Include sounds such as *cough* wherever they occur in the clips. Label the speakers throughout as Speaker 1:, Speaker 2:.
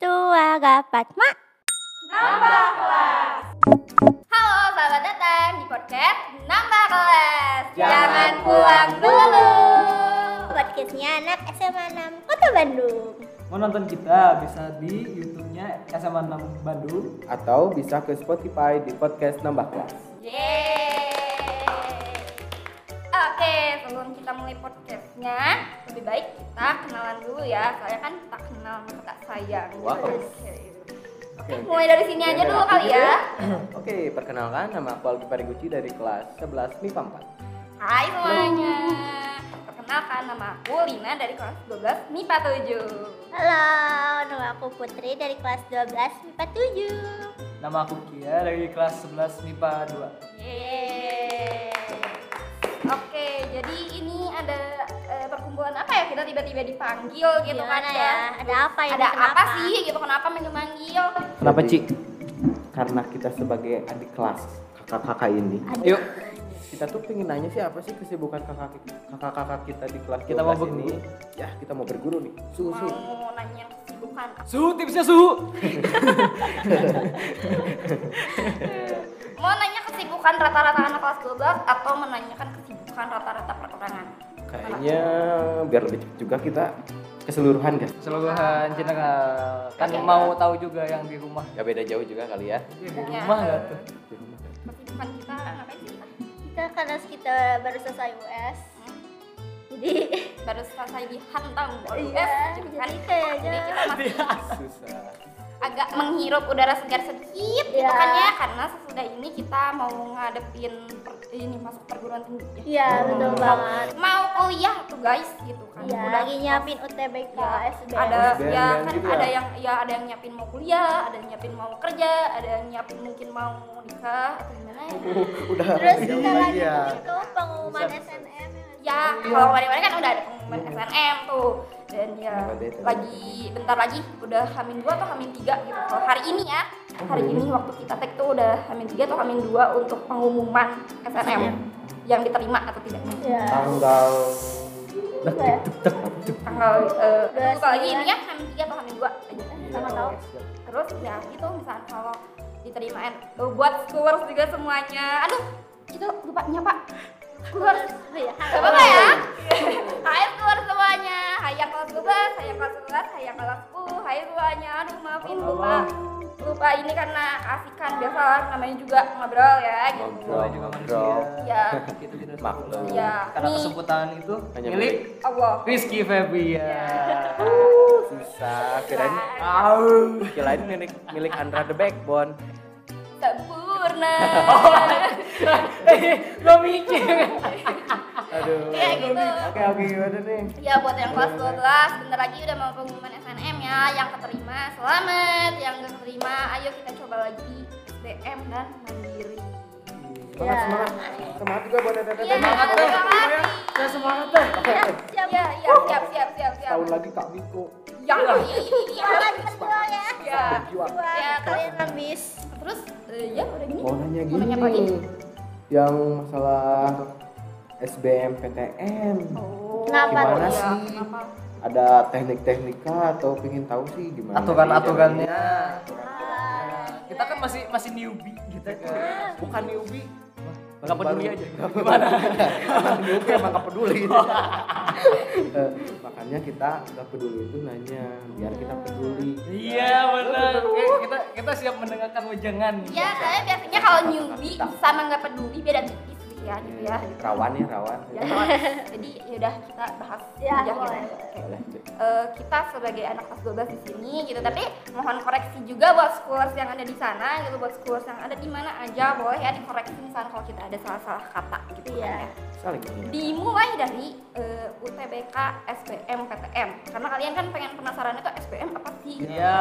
Speaker 1: Suara Fatma.
Speaker 2: Halo, selamat datang di podcast Nambah Kelas.
Speaker 3: Jangan pulang dulu.
Speaker 1: Podcastnya anak SMA 6 Kota Bandung.
Speaker 3: Mau nonton kita bisa di YouTube-nya SMA 6 Bandung.
Speaker 4: atau bisa ke Spotify di podcast Nambah Kelas.
Speaker 3: *clears throat*
Speaker 2: Yeay. Oke, sebelum kita mulai podcastnya, lebih baik kita kenalan dulu ya. Soalnya kan tak kenal maka tak sayang.
Speaker 4: Wow.
Speaker 2: Oke. Oke, mulai dari sini aja dulu kali ya.
Speaker 4: Oke, perkenalkan nama aku Alki Pariguchi dari kelas 11 MIPA
Speaker 2: Hai semuanya. Perkenalkan nama aku Lina dari kelas 12 MIPA 7.
Speaker 1: Halo, nama aku Putri dari kelas 12 MIPA
Speaker 3: Nama aku Kia dari kelas 11 MIPA 2.
Speaker 2: Yeay. Oke, jadi ini ada eh, perkumpulan apa ya kita tiba-tiba dipanggil
Speaker 1: 7.
Speaker 2: gitu kan
Speaker 1: Gimana
Speaker 2: ya?
Speaker 1: Iya, Ada apa ya?
Speaker 2: Ada
Speaker 1: kenapa?
Speaker 2: apa sih gitu kenapa memanggil?
Speaker 4: Kenapa, Cik? Karena kita sebagai adik kelas kakak-kakak ini.
Speaker 1: Aduh.
Speaker 3: Yuk,
Speaker 4: Kita tuh pengen nanya sih apa sih kesibukan kakak- kakak-kakak kita di kelas
Speaker 3: Kita mau
Speaker 4: 12 ini.
Speaker 3: berguru.
Speaker 4: Ya, kita mau berguru nih. Suhu, suhu.
Speaker 2: Mau nanya kesibukan.
Speaker 3: suhu tipsnya suhu.
Speaker 2: Mau nanya kesibukan rata-rata anak kelas 12 atau menanyakan kesibukan rata-rata perorangan?
Speaker 4: Kayaknya biar lebih cepat juga kita keseluruhan, guys.
Speaker 3: Keseluruhan general. Kan
Speaker 2: Iya.
Speaker 3: mau tahu juga yang di rumah. Iya,
Speaker 4: Gak beda jauh juga kali ya.
Speaker 3: Di
Speaker 2: Iya.
Speaker 3: rumah nggak
Speaker 2: *laughs*
Speaker 3: tuh?
Speaker 4: Di rumah.
Speaker 2: Kesibukan kita ngapain sih? kita?
Speaker 1: Kita karena kita baru selesai US.
Speaker 2: Hmm,
Speaker 1: Jadi *laughs*
Speaker 2: Baru selesai dihantam oleh
Speaker 1: Iya,
Speaker 2: US, gitu kan?
Speaker 1: jadi kayaknya-
Speaker 2: Jadi kita masih
Speaker 4: Susah.
Speaker 2: agak menghirup udara segar sedikit gitu
Speaker 1: Iya.
Speaker 2: kan ya karena sesudah ini kita mau ngadepin per- ini masuk perguruan tinggi ya
Speaker 1: Iya, betul
Speaker 4: Hmm.
Speaker 1: banget.
Speaker 2: mau kuliah tuh guys gitu kan
Speaker 1: Iya,
Speaker 2: udah
Speaker 1: lagi nyiapin UTBK
Speaker 2: ya,
Speaker 1: SBM.
Speaker 2: ada
Speaker 4: SBM
Speaker 2: ya
Speaker 4: dan
Speaker 2: kan
Speaker 4: gitu
Speaker 2: ada
Speaker 4: ya.
Speaker 2: yang ya ada yang nyiapin mau kuliah ada yang nyiapin mau kerja ada yang nyiapin mungkin mau nikah atau gimana ya
Speaker 4: *laughs* Udah
Speaker 1: Terus
Speaker 4: jauh
Speaker 1: kita lagi
Speaker 4: lagi ya.
Speaker 1: itu pengumuman SNM.
Speaker 2: ya
Speaker 4: Iya.
Speaker 2: kalau kemarin-kemarin kan udah ada pengumuman SNM tuh dan ya
Speaker 4: Iya, Ada itu.
Speaker 2: lagi bentar lagi udah hamin 2 atau hamin 3 gitu kalau hari ini ya
Speaker 4: Oh,
Speaker 2: hari
Speaker 4: iya.
Speaker 2: ini waktu kita take tuh udah hamin 3 atau hamin 2 untuk pengumuman SNM
Speaker 4: Iya.
Speaker 2: yang diterima atau tidaknya
Speaker 1: Iya.
Speaker 4: Nah, Tanggal gitu.
Speaker 2: tanggal eh,
Speaker 1: Udah
Speaker 2: tunggu lagi
Speaker 1: sembilan.
Speaker 2: ini ya hamin 3 atau hamin 2 aja sama tahu
Speaker 4: Siap.
Speaker 2: terus ya gitu misalnya kalau diterima N tuh, buat schoolers juga semuanya aduh itu lupa nyapa schoolers
Speaker 1: Oh iya,
Speaker 2: Gak apa-apa ya Hai keluar semuanya Hai yang kelas 12, hai yang kelas 11, hai yang kelas 10 Hai semuanya, aduh maafin lupa Lupa ini karena asikan biasa lah, namanya juga ngobrol ya gitu
Speaker 5: Oh.
Speaker 3: Namanya juga manusia.
Speaker 4: Ngobrol.
Speaker 2: Ya,
Speaker 3: Kita tidak
Speaker 4: Maklum.
Speaker 3: sempurna.
Speaker 2: Iya.
Speaker 3: Gitu, Karena
Speaker 2: Nih.
Speaker 3: kesempurnaan itu
Speaker 4: Hanya
Speaker 3: milik
Speaker 2: Allah
Speaker 3: Rizky
Speaker 2: Iya.
Speaker 3: Febrian.
Speaker 4: susah kirain
Speaker 3: Au.
Speaker 4: kirain milik milik Andra the Backbone
Speaker 2: Sempurna
Speaker 3: Eh, *laughs* gua mikir.
Speaker 4: aduh
Speaker 2: Kayak gitu
Speaker 4: oke oke gimana nih
Speaker 2: Ya buat yang kelas 12, bentar lagi udah mau pengumuman SNM ya Yang keterima, selamat Yang gak keterima, ayo kita coba lagi di SBM dan Mandiri
Speaker 4: semangat semangat semangat juga buat teteh
Speaker 2: Iya,
Speaker 3: Semangat, Teh.
Speaker 2: terima kasih
Speaker 3: Saya semangat deh.
Speaker 2: siap siap ya, ya, siap siap siap siap
Speaker 4: tahun lagi Kak Miko
Speaker 2: ya iya, iya, iya.
Speaker 1: Kalian berdua ya.
Speaker 2: ya
Speaker 4: jiwa
Speaker 1: Wah,
Speaker 2: Ya,
Speaker 1: kalian habis.
Speaker 2: terus eh, ya udah gini
Speaker 4: mau nanya
Speaker 2: Mau
Speaker 4: gini
Speaker 2: nanya apa gitu? lagi?
Speaker 4: yang masalah SBM PTN
Speaker 2: oh
Speaker 1: Kenapa
Speaker 4: gimana
Speaker 1: tuh?
Speaker 4: sih
Speaker 2: kenapa?
Speaker 4: ada teknik-teknika atau pengen tahu sih gimana Iya,
Speaker 3: Aturan-aturannya.
Speaker 1: Ah,
Speaker 3: Iya. Kita kan masih masih newbie gitu kan.
Speaker 4: bukan newbie
Speaker 3: Gak peduli aja.
Speaker 4: Emang *laughs* newbie emang gak peduli Eh, makanya kita gak peduli itu nanya biar kita peduli
Speaker 3: Iya benar. Oke, kita kita siap mendengarkan wejangan.
Speaker 2: ya saya biasanya kalau newbie sama nggak peduli beda tipis gitu ya gitu ya
Speaker 4: rawan ya rawan
Speaker 2: Ya, kawan. jadi yaudah kita bahas
Speaker 1: Ya,
Speaker 2: aja gitu.
Speaker 1: boleh.
Speaker 2: Oke.
Speaker 4: Boleh, Cik.
Speaker 2: Eh, kita sebagai anak kelas 12 di sini gitu tapi mohon koreksi juga buat schoolers yang ada di sana gitu buat schoolers yang ada di mana aja boleh ya dikoreksi misalnya kalau kita ada salah-salah kata gitu
Speaker 1: Iya.
Speaker 2: kan ya
Speaker 4: saling mengingatkan.
Speaker 2: dimulai dari eh, UTBK SBM PTM karena kalian kan pengen penasaran itu SBM apa sih kan?
Speaker 3: Iya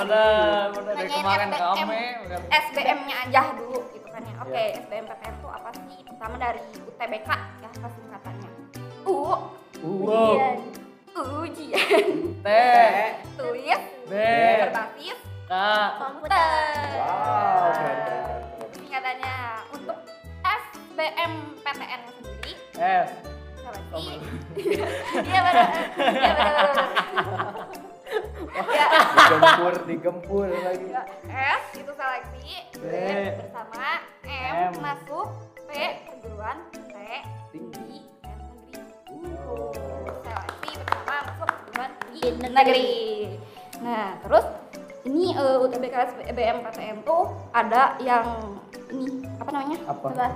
Speaker 3: benar. Benar dari
Speaker 2: Nanyain
Speaker 3: kemarin
Speaker 2: SBM.
Speaker 3: rame. benar.
Speaker 2: SBM-nya aja dulu gitu kan
Speaker 4: Iya.
Speaker 2: ya oke SBM PTM tuh apa sih pertama dari UTBK ya apa singkatannya U
Speaker 3: Wow.
Speaker 1: Ujian.
Speaker 2: ujian
Speaker 3: T
Speaker 2: *laughs* tulis
Speaker 3: B
Speaker 2: berbasis
Speaker 3: K.
Speaker 2: komputer
Speaker 4: Wow, keren, keren, keren, keren.
Speaker 2: singkatannya untuk SBM PTN sendiri
Speaker 3: S.
Speaker 2: Apa *laughs* sih?
Speaker 4: *laughs*
Speaker 2: Iya benar. Iya benar. benar, benar. Ya.
Speaker 4: digempur digempur lagi
Speaker 2: Ya, S itu seleksi, B
Speaker 3: B.
Speaker 2: bersama, M,
Speaker 3: M.
Speaker 2: masuk, P keguruan, T tinggi, dan negeri. Seleksi bersama masuk keguruan tinggi negeri. Nah terus ini eh, UTBK SBMPTN tuh ada yang ini apa namanya?
Speaker 4: Apa?
Speaker 2: Coba.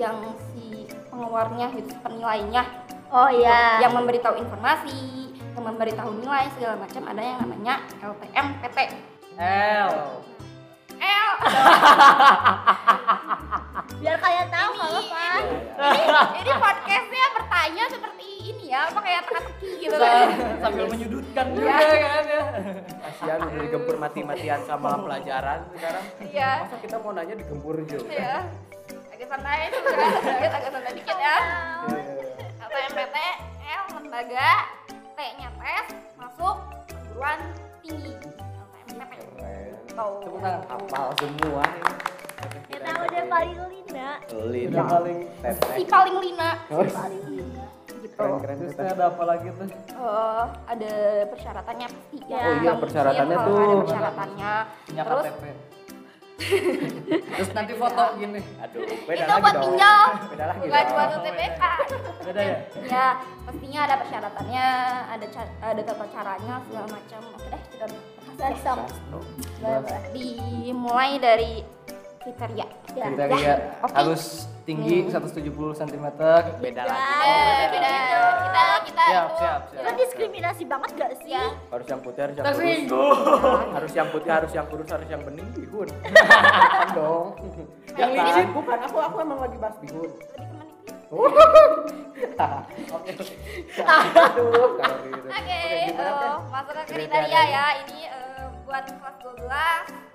Speaker 2: Yang si pengeluarnya gitu, penilainya Gitu.
Speaker 1: Oh iya.
Speaker 2: yang memberitahu informasi, yang memberitahu nilai segala macam ada yang namanya LTMPT.
Speaker 3: L
Speaker 2: L
Speaker 1: Biar kalian tahu nggak
Speaker 2: ini,
Speaker 1: apa-apa.
Speaker 2: Iya. ini, ini podcastnya bertanya seperti ini ya, apa kayak teka-teki gitu kan?
Speaker 5: sambil menyudutkan
Speaker 3: juga kan ya
Speaker 4: kasihan udah digempur mati-matian sama pelajaran sekarang
Speaker 2: Iya,
Speaker 4: masa kita mau nanya digempur juga
Speaker 2: iya. Agak santai dulu ya, agak agak santai dikit ya.
Speaker 4: Iya,
Speaker 2: LTMPT, L lembaga, T-nya tes, masuk perguruan tinggi. LTMPT. Tahu.
Speaker 4: tepuk tangan
Speaker 2: Oh.
Speaker 4: hafal semua ini
Speaker 2: Ya
Speaker 1: Yang Ya, tahu udah paling Lina.
Speaker 4: Lin
Speaker 3: Udah paling
Speaker 2: Si paling lina
Speaker 4: Terus,
Speaker 2: gitu.
Speaker 5: Oh,
Speaker 4: keren keren
Speaker 3: terus
Speaker 4: Teta.
Speaker 3: ada apa lagi tuh
Speaker 2: Eh, ada persyaratannya pasti ya.
Speaker 1: Oh
Speaker 4: iya, persyaratannya
Speaker 2: Kalau
Speaker 4: tuh. Iya,
Speaker 2: Ada persyaratannya.
Speaker 3: punya
Speaker 2: Terus Iya.
Speaker 3: KTP terus nanti foto gini
Speaker 4: aduh
Speaker 2: itu
Speaker 4: beda lagi
Speaker 2: buat
Speaker 4: dong.
Speaker 2: pinjol,
Speaker 4: beda lagi
Speaker 2: bukan
Speaker 4: dong.
Speaker 2: buat UTBK.
Speaker 3: beda ya
Speaker 2: ya, pastinya ada persyaratannya, ada ca- ada tata caranya segala macam. Oke deh, kita bahas.
Speaker 1: Dari sok.
Speaker 4: Oh,
Speaker 2: Dimulai dari kriteria.
Speaker 1: Ya.
Speaker 3: kriteria
Speaker 2: oke. Hmm.
Speaker 3: harus tinggi 170 cm
Speaker 5: beda
Speaker 1: Ya.
Speaker 5: lagi
Speaker 2: Eh, beda. Kita kita
Speaker 5: siap
Speaker 2: itu-
Speaker 5: siap
Speaker 1: Itu
Speaker 5: siap
Speaker 1: diskriminasi banget gak sih?
Speaker 2: Ya.
Speaker 4: harus yang putih harus yang kurus harus yang putih harus yang kurus harus yang bening
Speaker 2: *laughs*
Speaker 4: bihun Bukan dong
Speaker 2: Yang
Speaker 4: Bukan,
Speaker 2: licin.
Speaker 4: bukan aku aku emang lagi bahas bihun
Speaker 2: Lebih ke mana sih?
Speaker 4: oke aduh kalau gitu.
Speaker 2: Oke,
Speaker 4: Oke, gimana,
Speaker 2: eh,
Speaker 4: Pen?
Speaker 2: masuk ke kriteria
Speaker 4: Kriteria
Speaker 2: ya. Ini eh, buat kelas 12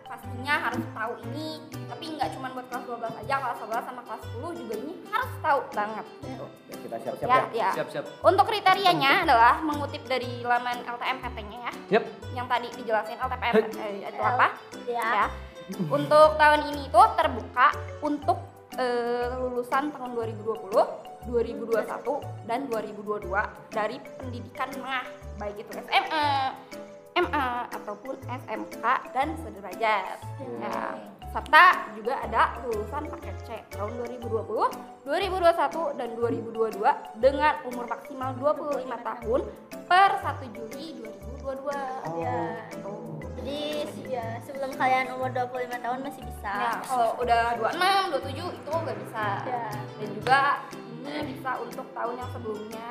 Speaker 2: pastinya harus tahu ini. Tapi nggak cuma buat kelas 12 aja, kelas 11 sama kelas 10 juga ini harus tahu banget. gitu.
Speaker 4: Ya, kita siap siap
Speaker 2: Ya,
Speaker 4: ya
Speaker 2: ya.
Speaker 5: siap siap
Speaker 2: Untuk kriterianya adalah mengutip dari laman LTMPT-nya ya,
Speaker 3: yep
Speaker 2: yang tadi dijelasin LTMPT eh, itu apa?
Speaker 1: Ya.
Speaker 2: Ya. Untuk tahun ini tuh terbuka untuk eh, lulusan tahun 2020, 2021 dan 2022 dari pendidikan menengah baik itu SMA, MA ataupun SMK dan sederajat. Nah, serta juga ada lulusan paket C tahun 2020, 2021 dan 2022 dengan umur maksimal 25 tahun per 1 Juli 2022.
Speaker 1: Ya.
Speaker 4: Oh.
Speaker 2: Tuh.
Speaker 1: Jadi se- ya, sebelum kalian umur 25 tahun masih bisa. Oh.
Speaker 2: Ya, kalau udah 26, 27 itu nggak bisa.
Speaker 1: Ya.
Speaker 2: Dan juga ini bisa untuk tahun yang sebelumnya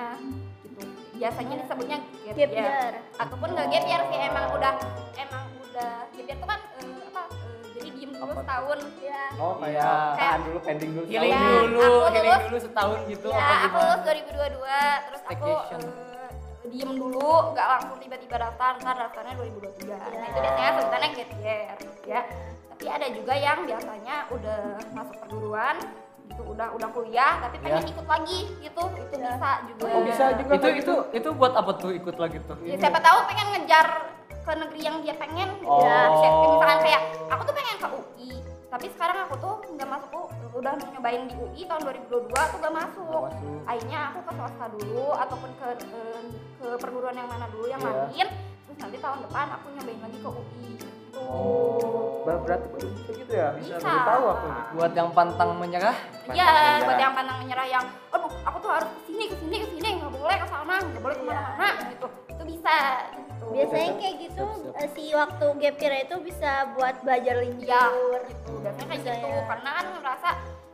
Speaker 2: gitu. Biasanya disebutnya gap
Speaker 1: Gap
Speaker 2: year.
Speaker 1: year.
Speaker 2: Ataupun nggak gap year sih emang udah emang udah gap year itu kan eh, apa? eh, jadi diem dulu
Speaker 4: Apa?
Speaker 2: setahun.
Speaker 1: Ya.
Speaker 4: oh
Speaker 5: Iya.
Speaker 4: kayak tahan dulu pending dulu
Speaker 5: healing
Speaker 2: Ya,
Speaker 5: dulu
Speaker 2: aku
Speaker 5: healing
Speaker 2: lulus-
Speaker 5: dulu setahun gitu
Speaker 2: Ya,
Speaker 5: apa
Speaker 2: aku
Speaker 5: gimana
Speaker 2: lulus 2022 terus aku
Speaker 5: Staycation.
Speaker 2: eh, diem dulu, nggak langsung tiba-tiba daftar, ntar daftarnya 2023. Nah, itu biasanya sebutannya gap year ya. Tapi ada juga yang biasanya udah masuk perguruan gitu udah udah kuliah tapi pengen ikut lagi gitu itu bisa juga
Speaker 4: Oh, bisa juga
Speaker 5: itu itu itu buat apa tuh ikut lagi tuh
Speaker 2: Ya, siapa tahu pengen ngejar ke negeri yang dia pengen gitu
Speaker 5: Oh.
Speaker 2: ya. Kayak misalkan kayak aku tuh pengen ke UI tapi sekarang aku tuh nggak masuk U- udah nyobain di UI tahun 2022 tuh gak masuk akhirnya aku ke swasta dulu ataupun ke eh, ke perguruan yang mana dulu yang
Speaker 4: Iya.
Speaker 2: lain terus nanti tahun depan aku nyobain lagi ke UI gitu
Speaker 4: Bah, berarti baru bisa gitu ya
Speaker 2: Bisa.
Speaker 4: Baru tahu aku nih.
Speaker 3: buat yang pantang menyerah
Speaker 2: Iya,
Speaker 4: Pantang
Speaker 2: buat
Speaker 4: menyerah.
Speaker 2: yang pandang menyerah yang, aduh, aku tuh harus kesini, kesini, kesini, nggak boleh ke sana, nggak
Speaker 1: Iya.
Speaker 2: boleh kemana-mana, gitu. Itu bisa. Gitu.
Speaker 1: Biasanya kayak gitu
Speaker 4: Siap, siap.
Speaker 1: eh, si waktu gap year itu bisa buat belajar linjur.
Speaker 2: Iya, gitu. Biasanya kayak
Speaker 1: Bisa
Speaker 2: gitu.
Speaker 1: ya.
Speaker 2: Karena kan merasa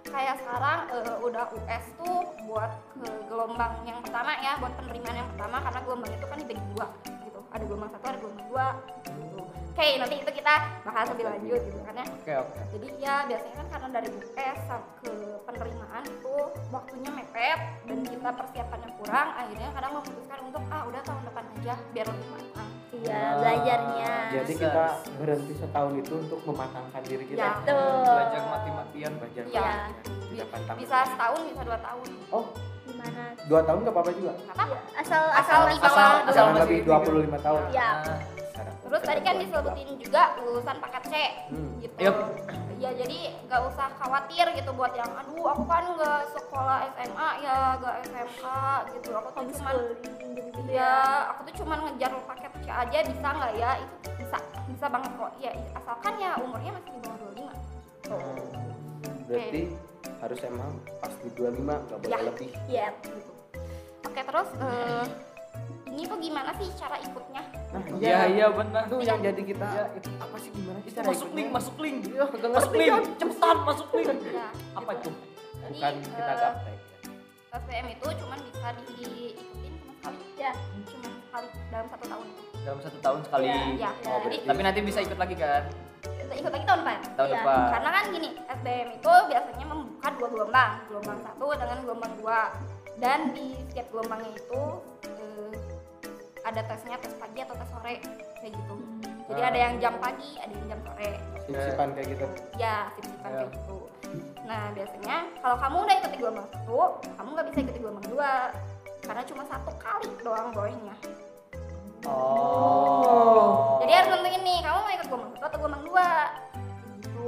Speaker 2: kayak sekarang eh, udah US tuh buat ke gelombang yang pertama ya, buat penerimaan yang pertama karena gelombang itu kan dibagi dua gitu. Ada gelombang satu, ada gelombang dua. Gitu. Oke, nanti itu kita bahas lebih lanjut gitu karena
Speaker 3: oke oke
Speaker 2: jadi ya biasanya kan karena dari US sam- ke penerimaan itu waktunya mepet dan kita persiapannya kurang akhirnya kadang memutuskan untuk ah udah tahun depan aja biar lebih matang
Speaker 1: Iya, belajarnya.
Speaker 4: Ah. jadi
Speaker 3: Bisa,
Speaker 4: kita
Speaker 3: bisa.
Speaker 4: berhenti setahun itu untuk mematangkan diri
Speaker 2: Ya.
Speaker 4: kita
Speaker 1: Tuh.
Speaker 3: belajar mati-matian
Speaker 4: belajar
Speaker 1: Ya.
Speaker 2: Iya.
Speaker 4: kita pantang
Speaker 2: bisa setahun bisa dua tahun Nah, kan
Speaker 4: oh
Speaker 1: Gimana?
Speaker 4: dua tahun nggak apa-apa juga
Speaker 2: nggak apa-apa
Speaker 1: Asal
Speaker 2: asal di bawah
Speaker 3: asal-
Speaker 2: dua-
Speaker 4: jangan
Speaker 3: masih
Speaker 4: lebih
Speaker 3: tiga.
Speaker 4: 25 tahun
Speaker 1: Ya.
Speaker 3: Nah,
Speaker 4: Sekarang.
Speaker 2: terus tadi kan disebutin juga lulusan paket C
Speaker 4: Hmm.
Speaker 2: gitu
Speaker 3: Yup.
Speaker 2: ya jadi nggak usah khawatir gitu buat yang aduh aku kan nggak sekolah SMA ya nggak SMK gitu aku tuh cuma
Speaker 1: homeschooling gitu
Speaker 2: Iya, aku tuh cuman ngejar paket C aja bisa nggak ya? Itu bisa. bisa banget kok ya asalkan ya umurnya masih di bawah 25
Speaker 4: Berarti harus emang pas di 25 nggak boleh
Speaker 2: Ya.
Speaker 4: lebih.
Speaker 1: Iya.
Speaker 2: gitu oke terus eh, ini tuh gimana sih cara ikutnya
Speaker 4: Nah,
Speaker 5: Iya iya benar.
Speaker 4: Itu yang jadi kita
Speaker 5: Iya,
Speaker 4: itu apa sih gimana sih cara
Speaker 5: Masuk link,
Speaker 4: ikutnya?
Speaker 5: masuk link.
Speaker 4: Iya, nggak
Speaker 5: Masuk
Speaker 4: ngerti
Speaker 5: link,
Speaker 4: kan?
Speaker 5: cepetan masuk link.
Speaker 2: Nah,
Speaker 5: Apa itu?
Speaker 4: Bukan
Speaker 2: Jadi,
Speaker 4: kita
Speaker 2: eh,
Speaker 4: gaptek.
Speaker 2: SPM itu cuman bisa di- diikutin sama sekali
Speaker 1: Ya.
Speaker 2: cuma sekali dalam satu tahun itu
Speaker 5: Dalam satu tahun sekali.
Speaker 2: ya
Speaker 4: Oh,
Speaker 2: jadi
Speaker 5: Tapi nanti bisa ikut lagi kan?
Speaker 2: kita ikut lagi tahun depan
Speaker 5: Tahun
Speaker 1: Iya,
Speaker 5: depan.
Speaker 2: karena kan gini SBM itu biasanya membuka dua gelombang gelombang satu dengan gelombang dua dan di setiap gelombangnya itu eh, ada tesnya tes pagi atau tes sore kayak gitu jadi
Speaker 4: Ah.
Speaker 2: ada yang jam pagi ada yang jam sore
Speaker 4: Sip-sipan kayak gitu.
Speaker 2: ya sip-sipan
Speaker 5: Iya.
Speaker 2: kayak gitu nah biasanya kalau kamu udah ikut di gelombang satu kamu nggak bisa ikut di gelombang dua karena cuma satu kali doang bolehnya
Speaker 5: Oh.
Speaker 2: jadi harus nentuin nih kamu mau ikut gelombang satu atau gelombang dua gitu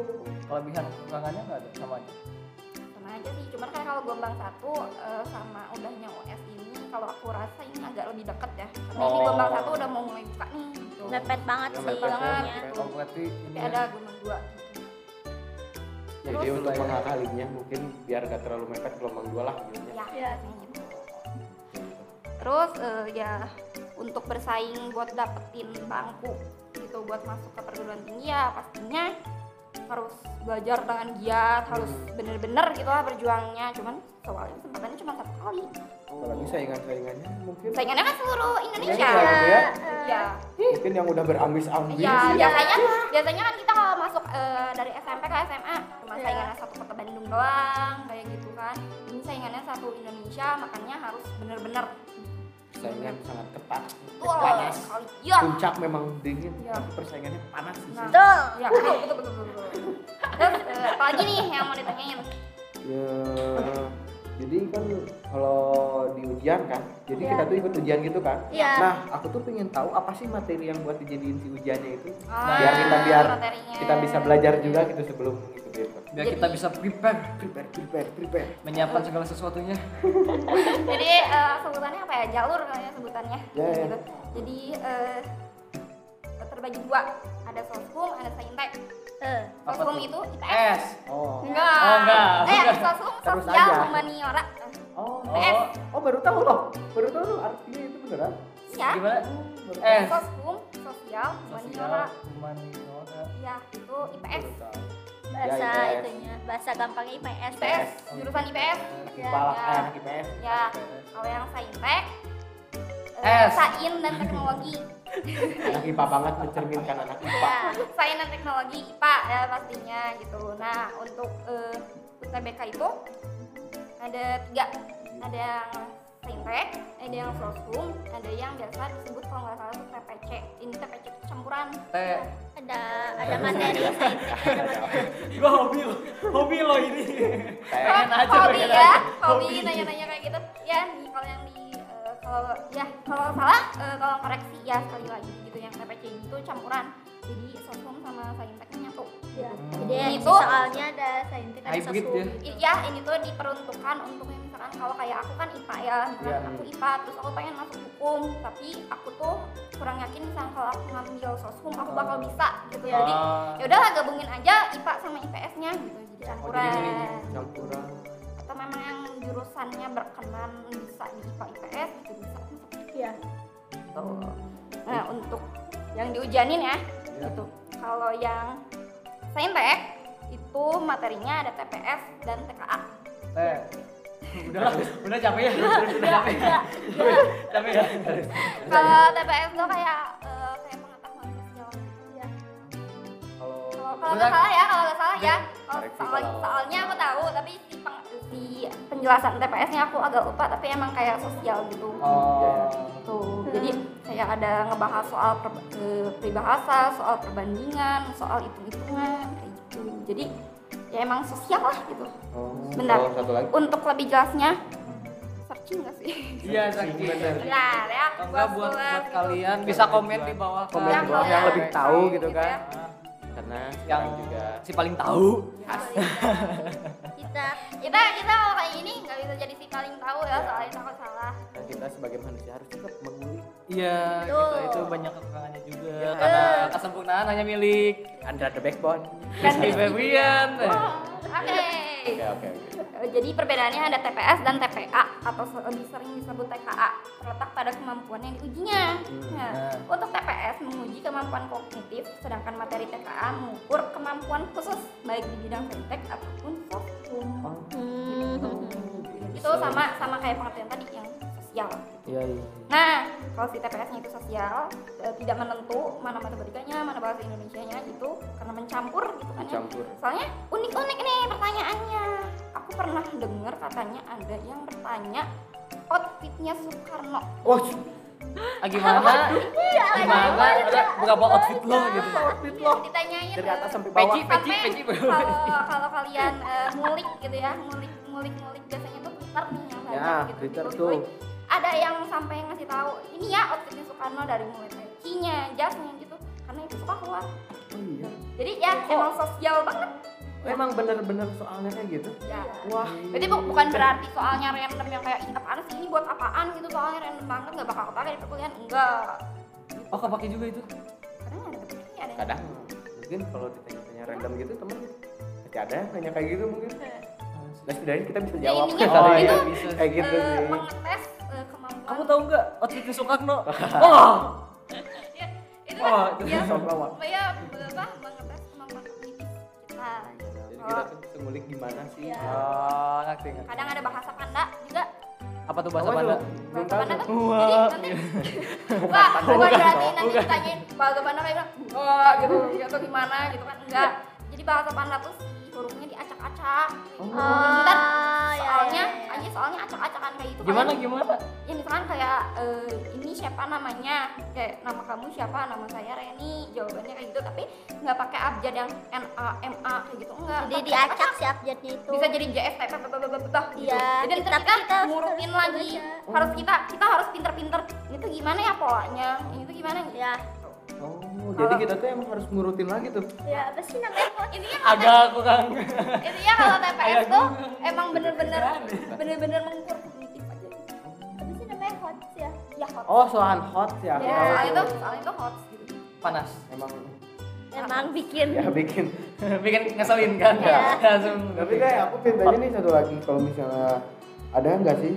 Speaker 5: kelebihan kekurangannya nggak ada sama
Speaker 2: Nah,
Speaker 5: aja.
Speaker 2: sama aja sih cuman kayak kalau gelombang satu eh, sama udahnya US ini kalau aku rasa ini agak lebih dekat ya karena ini
Speaker 5: Oh.
Speaker 2: gelombang satu udah mau mulai buka nih gitu.
Speaker 1: Mepet banget
Speaker 4: Ya,
Speaker 1: sih
Speaker 4: mepet
Speaker 1: ilmunya.
Speaker 4: banget.
Speaker 5: Oh berarti ini
Speaker 2: tapi ada gelombang dua
Speaker 4: Jadi
Speaker 5: Terus
Speaker 4: untuk
Speaker 5: lah ya.
Speaker 4: mengakalinya mungkin biar gak terlalu mepet gelombang dua lah judulnya.
Speaker 2: ya
Speaker 1: Iya.
Speaker 2: biasanya gitu terus eh, ya untuk bersaing buat dapetin bangku gitu buat masuk ke perguruan tinggi ya pastinya harus belajar dengan giat harus bener-bener gitu lah berjuangnya cuman soalnya kesempatannya cuma satu kali
Speaker 4: Apalagi saingan-saingannya mungkin
Speaker 2: saingannya kan seluruh Indonesia
Speaker 4: Iya, iya.
Speaker 2: ya.
Speaker 4: mungkin yang udah berambis-ambis. gitu ya.
Speaker 2: Iya, biasanya biasanya kan kita kalau masuk eh, dari SMP ke SMA cuma
Speaker 1: Iya.
Speaker 2: saingannya satu kota Bandung doang kayak gitu kan. Ini saingannya satu Indonesia, makanya harus bener-bener
Speaker 4: Persaingan sangat ketat.
Speaker 2: betul
Speaker 4: Panas.
Speaker 2: sekali. Iya.
Speaker 4: Puncak memang dingin,
Speaker 2: Iya.
Speaker 4: tapi persaingannya panas. di
Speaker 2: Nah,
Speaker 4: sini.
Speaker 1: Betul.
Speaker 2: Iya, betul betul betul. betul. Terus eh, apalagi nih yang mau ditanyain?
Speaker 4: Ya, jadi kan kalau di ujian kan, jadi
Speaker 1: Iya.
Speaker 4: kita tuh ikut ujian gitu kan.
Speaker 1: Iya.
Speaker 4: Nah, aku tuh pengen tahu apa sih materi yang buat dijadiin si ujiannya itu,
Speaker 1: Iya.
Speaker 2: Ah,
Speaker 4: biar kita biar
Speaker 2: materinya.
Speaker 4: kita bisa belajar juga gitu sebelum ikut itu.
Speaker 5: biar kita bisa prepare
Speaker 4: Prepare, prepare, prepare.
Speaker 5: menyiapkan segala sesuatunya.
Speaker 2: Jadi eh, sebutannya apa ya? Jalur kali ya sebutannya.
Speaker 4: Iya, iya.
Speaker 2: Gitu. Jadi eh, terbagi dua, ada soskum, ada saintek.
Speaker 4: Iya,
Speaker 1: Eh,
Speaker 5: Apa
Speaker 2: Soskum
Speaker 5: tuh?
Speaker 2: itu IPS.
Speaker 5: S.
Speaker 4: Oh,
Speaker 1: Iya.
Speaker 2: Enggak.
Speaker 5: Oh, enggak.
Speaker 2: Eh, sosum
Speaker 4: Terus
Speaker 2: sosial
Speaker 4: aja.
Speaker 2: humaniora.
Speaker 4: oh,
Speaker 1: Eh.
Speaker 2: PS.
Speaker 5: Oh,
Speaker 4: oh baru tahu loh, baru tahu loh artinya itu beneran. Oh,
Speaker 2: Iya.
Speaker 1: Eh.
Speaker 5: gimana?
Speaker 4: Baru tahu.
Speaker 5: S.
Speaker 2: Sosum sosial humaniora.
Speaker 5: Humaniora.
Speaker 2: Iya, itu IPS.
Speaker 4: Baru tahu.
Speaker 1: bahasa
Speaker 4: Ya, IPS.
Speaker 1: itunya, bahasa gampangnya IPS.
Speaker 2: IPS, jurusan IPS.
Speaker 4: Anak
Speaker 1: Ya,
Speaker 4: IPA lah,
Speaker 2: ya.
Speaker 4: eh, anak IPS.
Speaker 2: Ya, kalau yang saintek eh,
Speaker 5: S.
Speaker 2: Sain dan teknologi. *laughs*
Speaker 4: Anak IPA banget mencerminkan anak IPA.
Speaker 2: Ya,
Speaker 1: Iya.
Speaker 2: sain dan teknologi IPA ya pastinya gitu. Nah, untuk eh, UTBK itu ada tiga. Ada yang saintek, ada yang sosum, ada yang biasa disebut kalau nggak salah itu TPC. Ini TPC itu campuran.
Speaker 5: T.
Speaker 1: Ada ada
Speaker 4: Iya.
Speaker 1: materi saintek, ada materi.
Speaker 5: Gua hobi lo, hobi lo ini.
Speaker 2: Oh,
Speaker 5: Pengen aja,
Speaker 2: hobi
Speaker 5: pengen
Speaker 2: ya,
Speaker 5: aja.
Speaker 2: hobi nanya-nanya kayak gitu. Ya, nih, kalau yang di eh, kalau ya kalau salah eh, kalau koreksi ya sekali lagi gitu yang TPC itu campuran. Jadi sosum sama sainteknya nyatu.
Speaker 1: Ya.
Speaker 2: Gitu.
Speaker 1: Jadi
Speaker 2: Ini
Speaker 1: itu
Speaker 2: tuh-
Speaker 1: soalnya ada saintek, ada
Speaker 5: Hybrid
Speaker 1: sosum.
Speaker 5: ya.
Speaker 2: I- ya ini tuh diperuntukkan untuk yang misalkan kalau kayak aku kan IPA ya, misalkan
Speaker 4: Iya.
Speaker 2: aku IPA terus aku pengen masuk hukum, tapi aku tuh kurang yakin misalkan kalau aku ngambil sosum aku bakal
Speaker 4: Oh.
Speaker 2: bisa gitu.
Speaker 4: Iya.
Speaker 2: Jadi
Speaker 5: Ah.
Speaker 2: ya udahlah gabungin aja IPA sama IPS-nya gitu. Jadi
Speaker 4: Oh,
Speaker 2: campuran.
Speaker 4: jadi campuran.
Speaker 2: atau memang yang jurusannya berkenan bisa di IPA IPS gitu bisa
Speaker 1: Iya.
Speaker 2: gitu. Nah untuk yang diujanin ya
Speaker 4: Ya.
Speaker 2: gitu. Kalau yang saintek itu materinya ada TPS dan TKA.
Speaker 5: T. Eh, Udah lah, udah capek ya. Udah capek. Capek ya.
Speaker 2: Kalau TPS tuh kayak eh, kayak pengetahuan sosial. gitu.
Speaker 1: Iya.
Speaker 4: Kalau
Speaker 2: Kalau kalau
Speaker 5: Benar.
Speaker 2: nggak salah ya, kalau nggak salah ya. Kalau
Speaker 4: Koreksi
Speaker 2: soal,
Speaker 4: kalau-
Speaker 2: soalnya aku tahu, tapi si, peng- si penjelasan TPS-nya aku agak lupa, tapi emang kayak sosial gitu.
Speaker 5: Oh.
Speaker 2: Tuh, jadi kayak ada ngebahas soal per- eh, peribahasa, soal perbandingan, soal hitung-hitungan kayak gitu. Jadi ya emang sosial lah gitu.
Speaker 4: oh,
Speaker 2: Bentar.
Speaker 4: kalau satu lagi.
Speaker 2: Untuk lebih jelasnya searching nggak sih?
Speaker 5: Iya, sakit.
Speaker 4: Bener.
Speaker 2: ya, ya
Speaker 5: Kalau nggak buat buat
Speaker 2: gitu.
Speaker 5: kalian bisa komen di bawah kan.
Speaker 4: Komen
Speaker 2: Yang
Speaker 4: di bawah yang
Speaker 2: kalian
Speaker 4: lebih tahu
Speaker 2: tahu
Speaker 4: gitu
Speaker 2: gitu
Speaker 4: kan.
Speaker 2: ya.
Speaker 4: Karena
Speaker 5: yang
Speaker 4: yang juga
Speaker 5: si paling tahu.
Speaker 1: Kita
Speaker 2: kita kita mau kayak gini nggak bisa jadi si paling tahu ya soalnya takut salah.
Speaker 4: dan kita sebagai manusia harus tetap mengulik
Speaker 5: Iya,
Speaker 1: Betul.
Speaker 5: kita itu banyak kekurangannya juga
Speaker 1: Iya.
Speaker 5: karena
Speaker 1: Betul.
Speaker 5: kesempurnaan hanya milik
Speaker 4: Andra the Backbone.
Speaker 5: Rizky Febrian.
Speaker 2: Oke.
Speaker 4: Oke oke oke.
Speaker 2: Eh, Jadi perbedaannya ada TPS dan TPA atau se- lebih sering disebut TKA terletak pada kemampuan yang diujinya. Nah, untuk TPS menguji kemampuan kognitif, sedangkan materi TKA mengukur kemampuan khusus baik di bidang fintech ataupun software.
Speaker 1: Hmm.
Speaker 2: Itu sama sama kayak pengertian tadi yang sosial.
Speaker 3: Iya, iya.
Speaker 2: Nah, kalau si TPS-nya itu sosial, eh, tidak menentu mana matematikanya, mana bahasa Indonesianya gitu, karena mencampur gitu kan ya.
Speaker 4: Mencampur.
Speaker 2: Soalnya unik-unik nih pertanyaannya. Aku pernah dengar katanya ada yang bertanya outfitnya Soekarno.
Speaker 4: Wah,
Speaker 5: Ah, gimana? Gimana? Berapa outfit lo
Speaker 4: Iya.
Speaker 5: gitu?
Speaker 4: outfit lo.
Speaker 2: Ditanyain
Speaker 4: Dari
Speaker 2: eh,
Speaker 4: atas sampai bawah.
Speaker 5: Peci, peci,
Speaker 2: sampai
Speaker 5: peci.
Speaker 2: kalau kalau kalian eh, ngulik gitu ya, ngulik ngulik ngulik biasanya tuh Twitter nih yang
Speaker 4: Ya,
Speaker 2: banyak gitu.
Speaker 4: Twitter
Speaker 2: Dikulik-kulik.
Speaker 4: tuh.
Speaker 2: Ada yang sampai ngasih tahu ini ya outfitnya Soekarno dari mulai pecinya, jasnya gitu. Karena itu suka keluar.
Speaker 4: Oh iya.
Speaker 2: Jadi ya emang sosial banget.
Speaker 4: Emang bener-bener soalnya kayak gitu.
Speaker 2: Ya.
Speaker 4: Wah.
Speaker 2: Berarti bu- bukan berarti soalnya random yang kayak "Ih, apaan sih ini buat apaan gitu soalnya random banget nggak bakal kepake di perkuliahan enggak.
Speaker 5: Oh, kepake juga itu.
Speaker 2: Kadang ada kepake ada. yang-
Speaker 4: Kadang mungkin kalau ditanya-tanya random gitu temen pasti ada yang nanya kayak gitu mungkin. Nah, setidaknya kita bisa
Speaker 2: Ya,
Speaker 4: jawab.
Speaker 2: intinya
Speaker 5: Oh,
Speaker 2: itu
Speaker 5: iya,
Speaker 2: eh,
Speaker 5: bisa.
Speaker 4: Kayak gitu sih.
Speaker 2: mengetes eh, kemampuan.
Speaker 5: Kamu tahu nggak outfitnya
Speaker 4: *laughs*
Speaker 5: Soekarno? Wah,
Speaker 2: Ya, itu
Speaker 5: Oh,
Speaker 2: kan
Speaker 5: itu
Speaker 2: ya,
Speaker 4: Sama bawa.
Speaker 2: ya apa mengetes kemampuan kognitif kita.
Speaker 4: Jadi kita tuh bisa ngulik gimana sih?
Speaker 2: Iya.
Speaker 5: Oh, ngerti ngerti.
Speaker 2: Kadang ada bahasa panda juga.
Speaker 5: Apa tuh bahasa Belanda?
Speaker 4: Belum
Speaker 2: Bahasa
Speaker 4: tahu.
Speaker 2: Belanda tuh.
Speaker 5: Wah.
Speaker 4: *laughs*
Speaker 2: Jadi nanti Wah, bukan berarti nanti ditanyain bahasa Belanda kayak bilang wah gitu atau gimana gitu kan enggak. Jadi bahasa Belanda tuh si hurufnya diacak-acak.
Speaker 1: Oh,
Speaker 2: Eh, Bentar,
Speaker 1: iya,
Speaker 2: soalnya aja soalnya acak-acakan kayak itu.
Speaker 5: Gimana
Speaker 2: kayak-
Speaker 5: gimana?
Speaker 2: Ya misalkan kayak eh, ini siapa namanya? Kayak nama kamu siapa? Nama saya Reni. Jawabannya kayak gitu tapi nggak pakai abjad yang N A M A kayak gitu enggak.
Speaker 1: Jadi
Speaker 2: Pakai
Speaker 1: diacak si update-nya itu.
Speaker 2: bisa jadi JSTP bababababah gitu.
Speaker 1: Iya,
Speaker 2: Jadi nanti
Speaker 1: tapi
Speaker 2: kita,
Speaker 1: kita harus
Speaker 2: ngurutin
Speaker 1: terus
Speaker 2: lagi.
Speaker 1: baca.
Speaker 2: Harus kita kita harus pinter-pinter. Itu gimana ya polanya? Itu gimana
Speaker 1: ya.
Speaker 2: ya?
Speaker 4: Oh, jadi kita tuh emang harus ngurutin lagi tuh.
Speaker 1: Ya, apa sih namanya?
Speaker 2: Intinya
Speaker 5: Agak kan. kurang.
Speaker 2: intinya kalau TPS tuh emang bener-bener bener-bener mengukur kognitif aja.
Speaker 1: Apa sih namanya hot ya?
Speaker 2: Ya hot.
Speaker 4: Oh, soal hot ya.
Speaker 2: ya,
Speaker 4: Tahu
Speaker 2: soal itu
Speaker 4: tuh.
Speaker 2: soal itu hot gitu.
Speaker 5: Panas. *laughs*
Speaker 4: Emang
Speaker 1: Emang bikin
Speaker 4: ya bikin
Speaker 5: Bikin ngeselin kan?
Speaker 1: Iya.
Speaker 5: Langsung.
Speaker 4: Tapi kayak aku pengen tanya nih satu lagi kalau misalnya ada nggak sih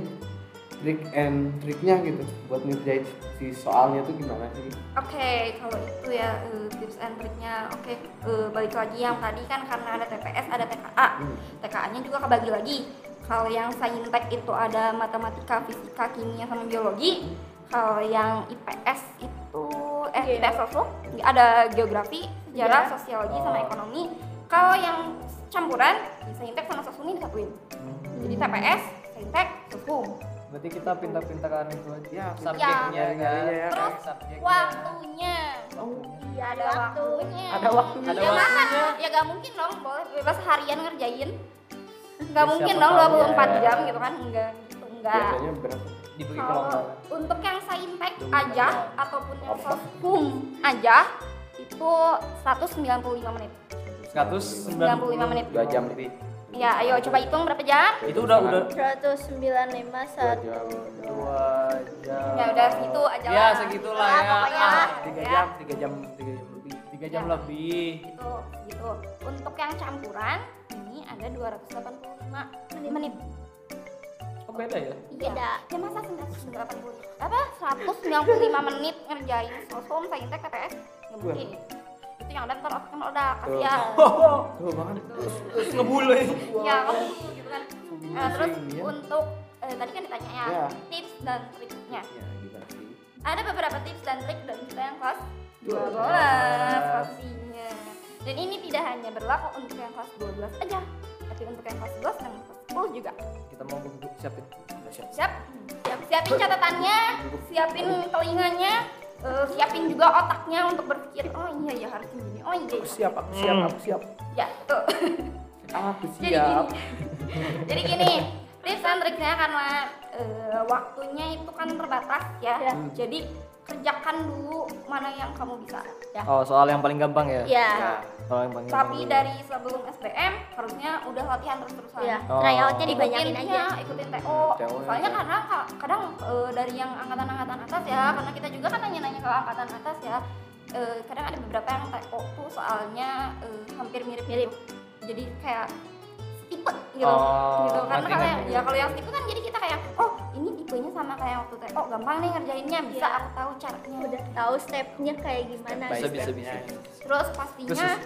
Speaker 4: trik and triknya gitu buat ngerjain si soalnya tuh gimana sih?
Speaker 2: Oke, kalau itu ya eh, tips and triknya. Oke, eh, balik lagi yang tadi kan karena ada TPS, ada TKA.
Speaker 4: Hmm.
Speaker 2: TKA-nya juga kebagi lagi. Kalau yang saintek itu ada matematika, fisika, kimia, sama biologi. Kalau yang IPS itu
Speaker 1: Iya.
Speaker 2: eh IPS sosok ada geografi, sejarah,
Speaker 1: Iya.
Speaker 2: sosiologi, sama ekonomi. Kalau yang campuran, saintek sama sosum ini disatuin. Jadi TPS, saintek, sosum.
Speaker 5: Berarti kita pintar-pintaran itu aja.
Speaker 4: Ya,
Speaker 5: Subjeknya
Speaker 4: pintar-pintar
Speaker 5: kan?
Speaker 4: nyarinya ya.
Speaker 2: Terus,
Speaker 5: Subjeknya. Oh.
Speaker 2: Waktunya.
Speaker 1: Iya,
Speaker 2: ada waktunya
Speaker 4: Ada waktunya.
Speaker 5: Ada
Speaker 2: ya
Speaker 5: waktunya.
Speaker 2: masa ya gak mungkin dong boleh bebas harian ngerjain gak
Speaker 5: Ya, Iya,
Speaker 2: mungkin
Speaker 5: siapa
Speaker 2: dong
Speaker 5: tahu
Speaker 2: 24
Speaker 5: ya.
Speaker 2: jam gitu kan enggak gitu enggak
Speaker 4: Biasanya berapa?
Speaker 5: Diberi
Speaker 2: kalau
Speaker 5: kelompok.
Speaker 2: untuk yang saintek
Speaker 5: Dulu
Speaker 2: aja
Speaker 5: ada.
Speaker 2: ataupun yang
Speaker 4: Apa?
Speaker 2: soshum aja itu 195 menit 95 menit
Speaker 4: Dua jam lebih.
Speaker 2: ya ayo coba hitung berapa jam
Speaker 5: Itu udah udah
Speaker 1: 195
Speaker 4: Dua
Speaker 1: satu.
Speaker 4: jam.
Speaker 5: dua jam.
Speaker 2: ya udah segitu aja
Speaker 5: Ya
Speaker 2: lah.
Speaker 5: segitulah
Speaker 1: Ya,
Speaker 5: ya.
Speaker 1: pokoknya.
Speaker 5: Ah,
Speaker 4: Tiga
Speaker 2: Ya.
Speaker 4: jam, tiga jam, tiga jam lebih.
Speaker 5: Tiga jam
Speaker 2: Ya.
Speaker 5: lebih.
Speaker 2: gitu gitu untuk yang campuran ini ada 285 menit
Speaker 5: Oh beda ya?
Speaker 2: Iya.
Speaker 1: Beda.
Speaker 2: Ya masa 180 apa 195 menit ngerjain sosum saintek TPS nggak mungkin. Itu yang ya. ada ntar otaknya meledak *laughs* kasihan.
Speaker 4: Tuh banget.
Speaker 5: Terus ngebully.
Speaker 2: Ya kamu *laughs* gitu kan. Nah, terus
Speaker 4: Pusing, ya.
Speaker 2: untuk eh, tadi kan ditanya ya
Speaker 4: Ya.
Speaker 2: tips dan triknya.
Speaker 4: Ya, gimana sih?
Speaker 2: Ada beberapa tips dan trik dari kita yang kelas
Speaker 4: Dua
Speaker 2: 12
Speaker 5: belas.
Speaker 2: pastinya. Dan ini tidak hanya berlaku untuk yang kelas 12 aja, tapi untuk yang kelas 11 dan kelas 10 juga.
Speaker 5: Kita mau bubuk siapin.
Speaker 2: siap siap siapin catatannya siapin telinganya eh, siapin juga otaknya untuk berpikir oh iya ya harus begini oh iya
Speaker 4: Aku
Speaker 2: ya.
Speaker 4: siap, aku siap, aku siap.
Speaker 2: ya tuh
Speaker 4: Ah, Aku
Speaker 2: jadi
Speaker 4: siap.
Speaker 2: gini jadi gini tips and triknya karena eh, waktunya itu kan terbatas ya
Speaker 1: Ya.
Speaker 2: jadi kerjakan dulu mana yang kamu bisa ya
Speaker 5: Oh soal yang paling gampang ya?
Speaker 1: Ya.
Speaker 5: Soal yang paling gampang.
Speaker 2: tapi dari sebelum SBM harusnya udah latihan terus-terusan
Speaker 1: Ya,
Speaker 5: Oh.
Speaker 1: tryoutnya dibanyakin
Speaker 2: Ikutin,
Speaker 1: aja.
Speaker 2: ya, ikutin TO.
Speaker 5: Hmm,
Speaker 4: TO ya.
Speaker 2: Soalnya karena ka- kadang eh, dari yang angkatan-angkatan atas ya, karena kita juga kan nanya-nanya ke angkatan atas ya. eh, kadang ada beberapa yang TO tuh soalnya eh, hampir mirip-mirip jadi kayak tipe gitu,
Speaker 5: Oh,
Speaker 2: gitu. karena
Speaker 5: ngerti,
Speaker 2: kalau yang,
Speaker 5: ngerti.
Speaker 2: ya kalau yang tipe kan jadi kita kayak oh ini tipenya sama kayak waktu TO gampang nih ngerjainnya bisa
Speaker 1: Iya.
Speaker 2: aku tahu caranya
Speaker 1: udah tahu stepnya kayak gimana
Speaker 5: Bisa,
Speaker 1: gitu.
Speaker 5: bisa, bisa.
Speaker 2: terus pastinya
Speaker 5: Terus-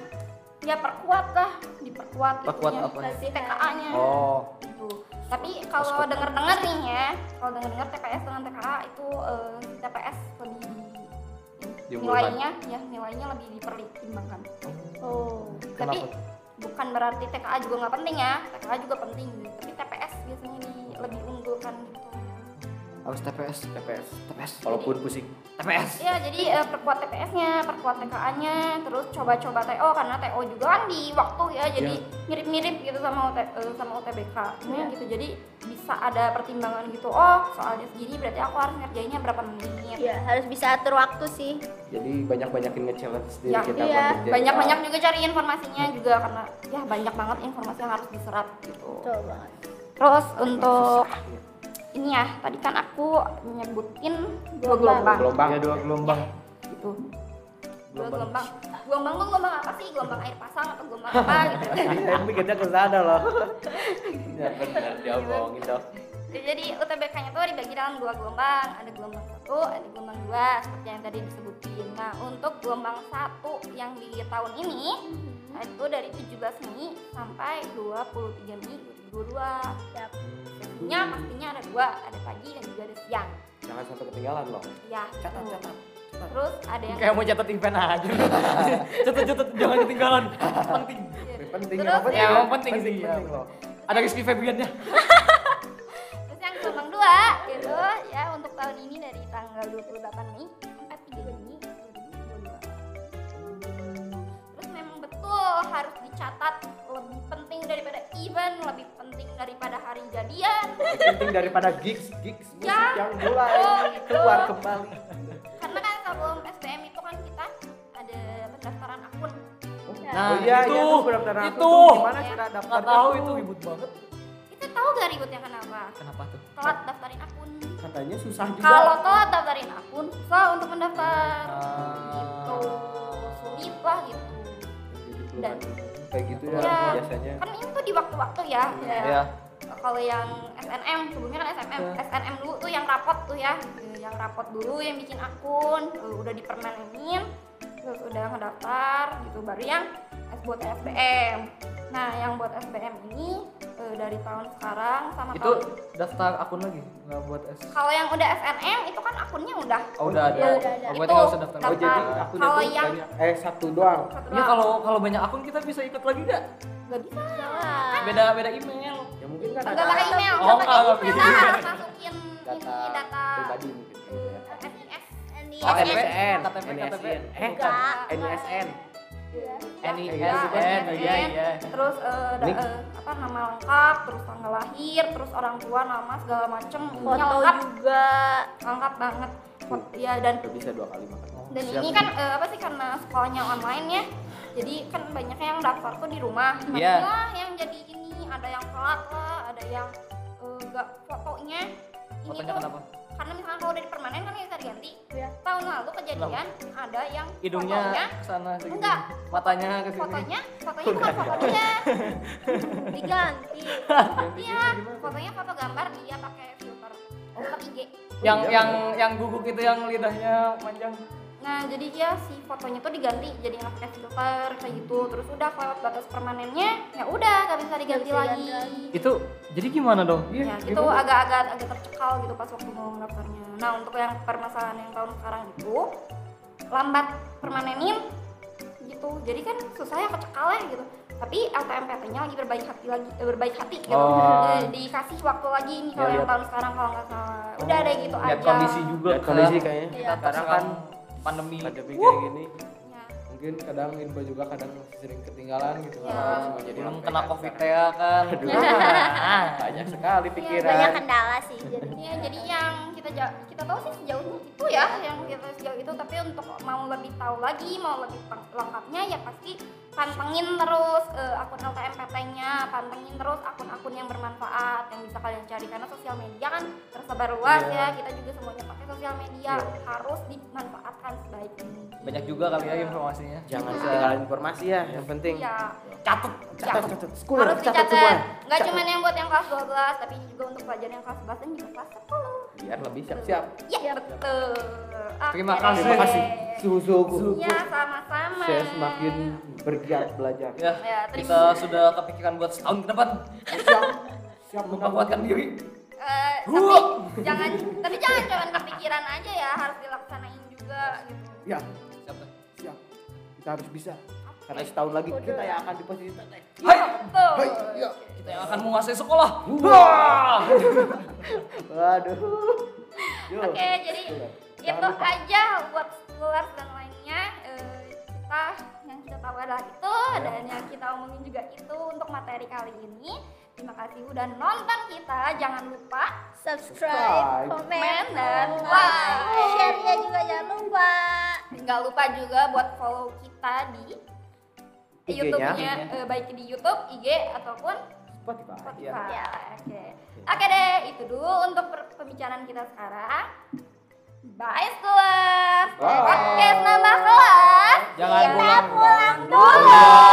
Speaker 2: ya perkuat lah diperkuat
Speaker 5: Perkuat
Speaker 2: itunya,
Speaker 5: apanya?
Speaker 2: si TKA-nya
Speaker 5: Oh,
Speaker 2: gitu. Tapi kalau denger-denger nih ya, kalau denger-denger TPS dengan TKA itu eh, TPS lebih di,
Speaker 5: Diunggulkan.
Speaker 2: nilainya ya nilainya lebih dipertimbangkan.
Speaker 1: Oh.
Speaker 2: Tapi
Speaker 5: Kenapa?
Speaker 2: bukan berarti TKA juga nggak penting ya, TKA juga penting. Tapi TPS biasanya di, lebih unggulkan gitu.
Speaker 5: harus TPS, TPS, TPS.
Speaker 2: Walaupun
Speaker 5: pusing, TPS.
Speaker 2: Ya jadi eh, perkuat TPS-nya, perkuat TKA-nya, terus coba-coba TO karena TO juga kan di waktu ya, jadi mirip-mirip gitu sama UT, eh, sama UTBK. Nah, gitu. Jadi bisa ada pertimbangan gitu. Oh, soalnya segini berarti aku harus ngerjainnya berapa menit.
Speaker 1: Ya, harus bisa atur waktu sih.
Speaker 4: jadi banyak banyakin nge-challenge diri
Speaker 2: Ya,
Speaker 4: kita
Speaker 1: iya.
Speaker 4: buat
Speaker 2: Banyak-banyak juga cari informasinya juga karena ya banyak banget informasi yang harus diserap gitu.
Speaker 1: Betul banget.
Speaker 2: Terus untuk ini ya, tadi kan aku nyebutin dua gelombang.
Speaker 4: gelombang
Speaker 5: Ya dua gelombang.
Speaker 2: gitu dua gelombang gelombang tuh gelombang apa sih gelombang air pasang atau gelombang apa gitu
Speaker 5: *laughs* Ini mikirnya ke sana *laughs* loh. Ya benar dia bohongin dong.
Speaker 2: jadi UTBK nya tuh dibagi dalam dua gelombang ada gelombang satu ada gelombang dua seperti yang tadi disebutin nah untuk gelombang satu yang di tahun ini itu dari 17 Mei sampai 23 Mei 2022
Speaker 1: Siap.
Speaker 2: pastinya pastinya ada dua ada pagi dan juga ada siang
Speaker 4: jangan sampai ketinggalan loh
Speaker 2: ya
Speaker 5: Catat,
Speaker 2: gitu.
Speaker 5: catat.
Speaker 2: terus ada yang
Speaker 5: Kayak mau catat event aja. *laughs* Catat-catat jangan ketinggalan. Penting.
Speaker 4: penting
Speaker 2: Terus
Speaker 4: apa
Speaker 2: ya,
Speaker 4: sih?
Speaker 5: emang penting sih.
Speaker 4: penting loh
Speaker 5: Ada Rizky Febiannya.
Speaker 2: Terus yang gelombang dua gitu ya untuk tahun ini dari tanggal 28 Mei sampai 3 Juni 2022. Terus memang betul harus dicatat lebih penting daripada event, lebih penting daripada hari jadian.
Speaker 4: penting daripada gigs gigs musik
Speaker 2: Ya.
Speaker 4: yang mulai
Speaker 2: Oh, gitu.
Speaker 4: keluar kembali
Speaker 2: Karena kan sebelum SBM itu kan kita ada pendaftaran akun.
Speaker 5: Nah,
Speaker 4: oh iya
Speaker 5: itu,
Speaker 4: iya tuh pendaftaran aku
Speaker 5: itu.
Speaker 4: tuh gimana cara
Speaker 5: Nggak
Speaker 4: daftarnya
Speaker 5: tahu
Speaker 4: tuh?
Speaker 5: itu ribut banget.
Speaker 2: Kita tahu gak ributnya kenapa?
Speaker 5: Kenapa tuh?
Speaker 2: Telat daftarin akun.
Speaker 4: katanya susah juga
Speaker 2: Kalau telat daftarin akun, susah untuk
Speaker 5: Eh,
Speaker 2: mendaftar.
Speaker 5: Ah.
Speaker 2: Gitu. Sulit lah gitu.
Speaker 4: Jadi
Speaker 2: Dan-
Speaker 4: keluhan kayak gitu ya,
Speaker 2: Ya.
Speaker 4: biasanya
Speaker 2: kan ini tuh di waktu-waktu ya kayak
Speaker 5: Ya.
Speaker 2: kalau yang SNM sebelumnya kan SNM
Speaker 5: Iya.
Speaker 2: SNM dulu tuh yang rapot tuh ya Eh, yang rapot dulu yang bikin akun eh, udah dipermanenin terus udah ngedaftar gitu baru yang S buat SBM nah yang buat SBM ini eh, dari tahun sekarang sama
Speaker 5: Itu
Speaker 2: tahun
Speaker 5: daftar akun lagi nggak buat S.
Speaker 2: kalau yang udah SNM itu kan akunnya udah
Speaker 5: Oh, udah ada.
Speaker 1: Ya, udah ada.
Speaker 5: Oh, berarti nggak usah daftar
Speaker 2: Itu
Speaker 4: oh
Speaker 5: lagi.
Speaker 4: jadi
Speaker 2: Kalau-
Speaker 4: aku
Speaker 2: kalau
Speaker 4: tuh
Speaker 2: yang-
Speaker 4: banyak eh satu doang
Speaker 2: satu
Speaker 5: Iya
Speaker 2: doang.
Speaker 5: kalau kalau banyak akun kita bisa ikut lagi nggak?
Speaker 2: nggak bisa
Speaker 5: Beda beda email.
Speaker 4: ya mungkin kan
Speaker 2: nggak
Speaker 4: ada
Speaker 2: pakai email
Speaker 5: Oh,
Speaker 2: nggak pakai
Speaker 5: nggak
Speaker 2: email
Speaker 5: gitu.
Speaker 2: kita harus masukin
Speaker 4: data
Speaker 2: ini data
Speaker 4: pribadi mungkin gitu ya.
Speaker 2: eh, SIS
Speaker 1: Nanti
Speaker 5: Oh,
Speaker 1: SMS.
Speaker 5: NSN. KTP, KTP. Eh,
Speaker 1: Enggak.
Speaker 4: NSN
Speaker 5: NISN, iya iya.
Speaker 2: terus eh, da-
Speaker 4: Nick.
Speaker 2: eh, apa nama lengkap terus tanggal lahir terus orang tua nama segala macem ininya
Speaker 1: Foto
Speaker 2: lengkap
Speaker 1: juga.
Speaker 2: lengkap banget
Speaker 5: Hmm.
Speaker 2: Fo- ya dan
Speaker 4: nggak bisa dua kali makan
Speaker 2: dan ini kan eh, apa sih karena sekolahnya online ya jadi kan banyaknya yang daftar tuh di rumah nah,
Speaker 5: Iya.
Speaker 2: inilah yang jadi ini ada yang telat lah ada yang eh, nggak fotonya ini
Speaker 5: Fotonya
Speaker 2: tuh
Speaker 5: kenapa?
Speaker 2: karena misalkan kalau udah di permanen kan bisa diganti
Speaker 1: Iya.
Speaker 2: tahun lalu kejadian ada yang
Speaker 5: Hidungnya
Speaker 2: fotonya
Speaker 5: ke sana ke sini.
Speaker 2: Enggak.
Speaker 5: Matanya ke sini.
Speaker 2: fotonya fotonya bukan foto dia
Speaker 1: Diganti.
Speaker 2: iya fotonya foto gambar dia pakai filter Oh, filter IG
Speaker 5: Yang
Speaker 4: Iya.
Speaker 5: yang yang guguk itu yang lidahnya panjang.
Speaker 2: nah jadi ya si fotonya tuh diganti jadi nggak pakai filter kayak gitu terus udah lewat batas permanennya ya udah nggak bisa diganti
Speaker 1: bisa
Speaker 2: lagi
Speaker 1: diganti.
Speaker 5: Itu jadi gimana dong?
Speaker 2: ya gitu agak-agak agak tercekal gitu pas waktu mau ngedaftarnya nah untuk yang permasalahan yang tahun sekarang itu lambat permanenin gitu jadi kan susah ya kecekal ya gitu tapi LTMPT-nya lagi berbaik hati lagi eh, berbaik hati gitu
Speaker 5: Oh. Iya,
Speaker 2: Eh, dikasih waktu lagi nih kalau
Speaker 4: Ya,
Speaker 2: yang
Speaker 4: lihat.
Speaker 2: tahun sekarang kalau nggak salah udah deh gitu
Speaker 5: Lihat
Speaker 2: aja
Speaker 5: kondisi juga.
Speaker 4: Lihat kondisi kayaknya
Speaker 1: Iya.
Speaker 5: Sekarang kan
Speaker 4: Sekarang kan
Speaker 5: pandemi.
Speaker 4: pandemi kayak gini
Speaker 2: Ya.
Speaker 4: mungkin mungkin kadang info juga kadang masih sering ketinggalan gitu
Speaker 2: Ya.
Speaker 4: kan semua jadi
Speaker 5: belum
Speaker 4: apa
Speaker 5: kena
Speaker 4: yang
Speaker 5: covid
Speaker 4: sekarang.
Speaker 5: ya kan
Speaker 4: Aduh. *laughs*
Speaker 5: Ah.
Speaker 4: banyak
Speaker 2: Iya,
Speaker 4: sekali
Speaker 1: banyak
Speaker 4: pikiran
Speaker 2: kan?
Speaker 1: kendala sih jadinya
Speaker 2: Ya, jadi yang kita ja- kita tahu sih sejauh itu ya, yang kita sejauh itu. Tapi untuk mau lebih tahu lagi, mau lebih peng- lengkapnya ya pasti pantengin terus eh, akun LTMPT-nya, pantengin terus akun-akun yang bermanfaat yang bisa kalian cari karena sosial media kan tersebar luas
Speaker 4: Iya.
Speaker 2: ya. Kita juga semuanya pakai sosial media harus dimanfaatkan sebaik mungkin.
Speaker 5: Iya. banyak juga kali ya informasinya
Speaker 4: jangan ketinggalan informasi ya yang penting
Speaker 2: Iya.
Speaker 4: catat catat
Speaker 2: Catat.
Speaker 4: catat sekolah
Speaker 2: Harus
Speaker 4: catat semua ya?
Speaker 2: dicatat. Nggak
Speaker 4: Catat.
Speaker 2: cuma yang buat yang kelas 12, tapi juga untuk pelajaran yang kelas 11 dan juga kelas 10.
Speaker 4: biar lebih siap-siap
Speaker 2: Iya betul. Oke
Speaker 5: Terima
Speaker 2: deh.
Speaker 5: kasih.
Speaker 4: terima kasih suhu
Speaker 2: Ya sama-sama.
Speaker 4: saya semakin bergiat belajar
Speaker 5: ya
Speaker 2: Ya, terima-
Speaker 5: kita sudah kepikiran buat setahun ke depan
Speaker 4: siap siap
Speaker 5: memperkuatkan diri
Speaker 2: Eh, tapi
Speaker 5: Huh.
Speaker 2: jangan tapi jangan cuma kepikiran aja ya harus dilaksanain juga gitu.
Speaker 4: ya
Speaker 5: siapa
Speaker 4: siap kita harus bisa karena setahun lagi kita yang akan di posisi terbaik.
Speaker 5: Hai,
Speaker 2: Betul.
Speaker 4: Hai, iya.
Speaker 5: kita yang akan menguasai sekolah
Speaker 4: Wah. waduh Yuk.
Speaker 2: Oke, jadi ya
Speaker 4: Jangan
Speaker 2: itu
Speaker 4: lupa.
Speaker 2: aja buat schoolers dan lainnya. Eh, kita yang kita tahu adalah itu
Speaker 4: Ya.
Speaker 2: dan yang kita omongin juga itu untuk materi kali ini. Terima kasih udah nonton kita. Jangan lupa
Speaker 1: subscribe,
Speaker 4: Subscribe,
Speaker 1: komen,
Speaker 2: comment dan
Speaker 1: like,
Speaker 2: like.
Speaker 1: share-nya juga jangan lupa.
Speaker 2: Nggak lupa juga buat follow kita di
Speaker 4: IG-nya.
Speaker 2: YouTube-nya eh, baik di YouTube, IG ataupun
Speaker 4: Spotify
Speaker 2: Spotify.
Speaker 4: ya.
Speaker 1: Iya.
Speaker 2: Oke. Oke deh, itu dulu untuk per- pembicaraan kita sekarang. Bye sekolah.
Speaker 4: Bye.
Speaker 2: Podcast nambah kelas.
Speaker 5: Jangan
Speaker 2: Kita
Speaker 5: pulang.
Speaker 2: pulang dulu.
Speaker 4: ya.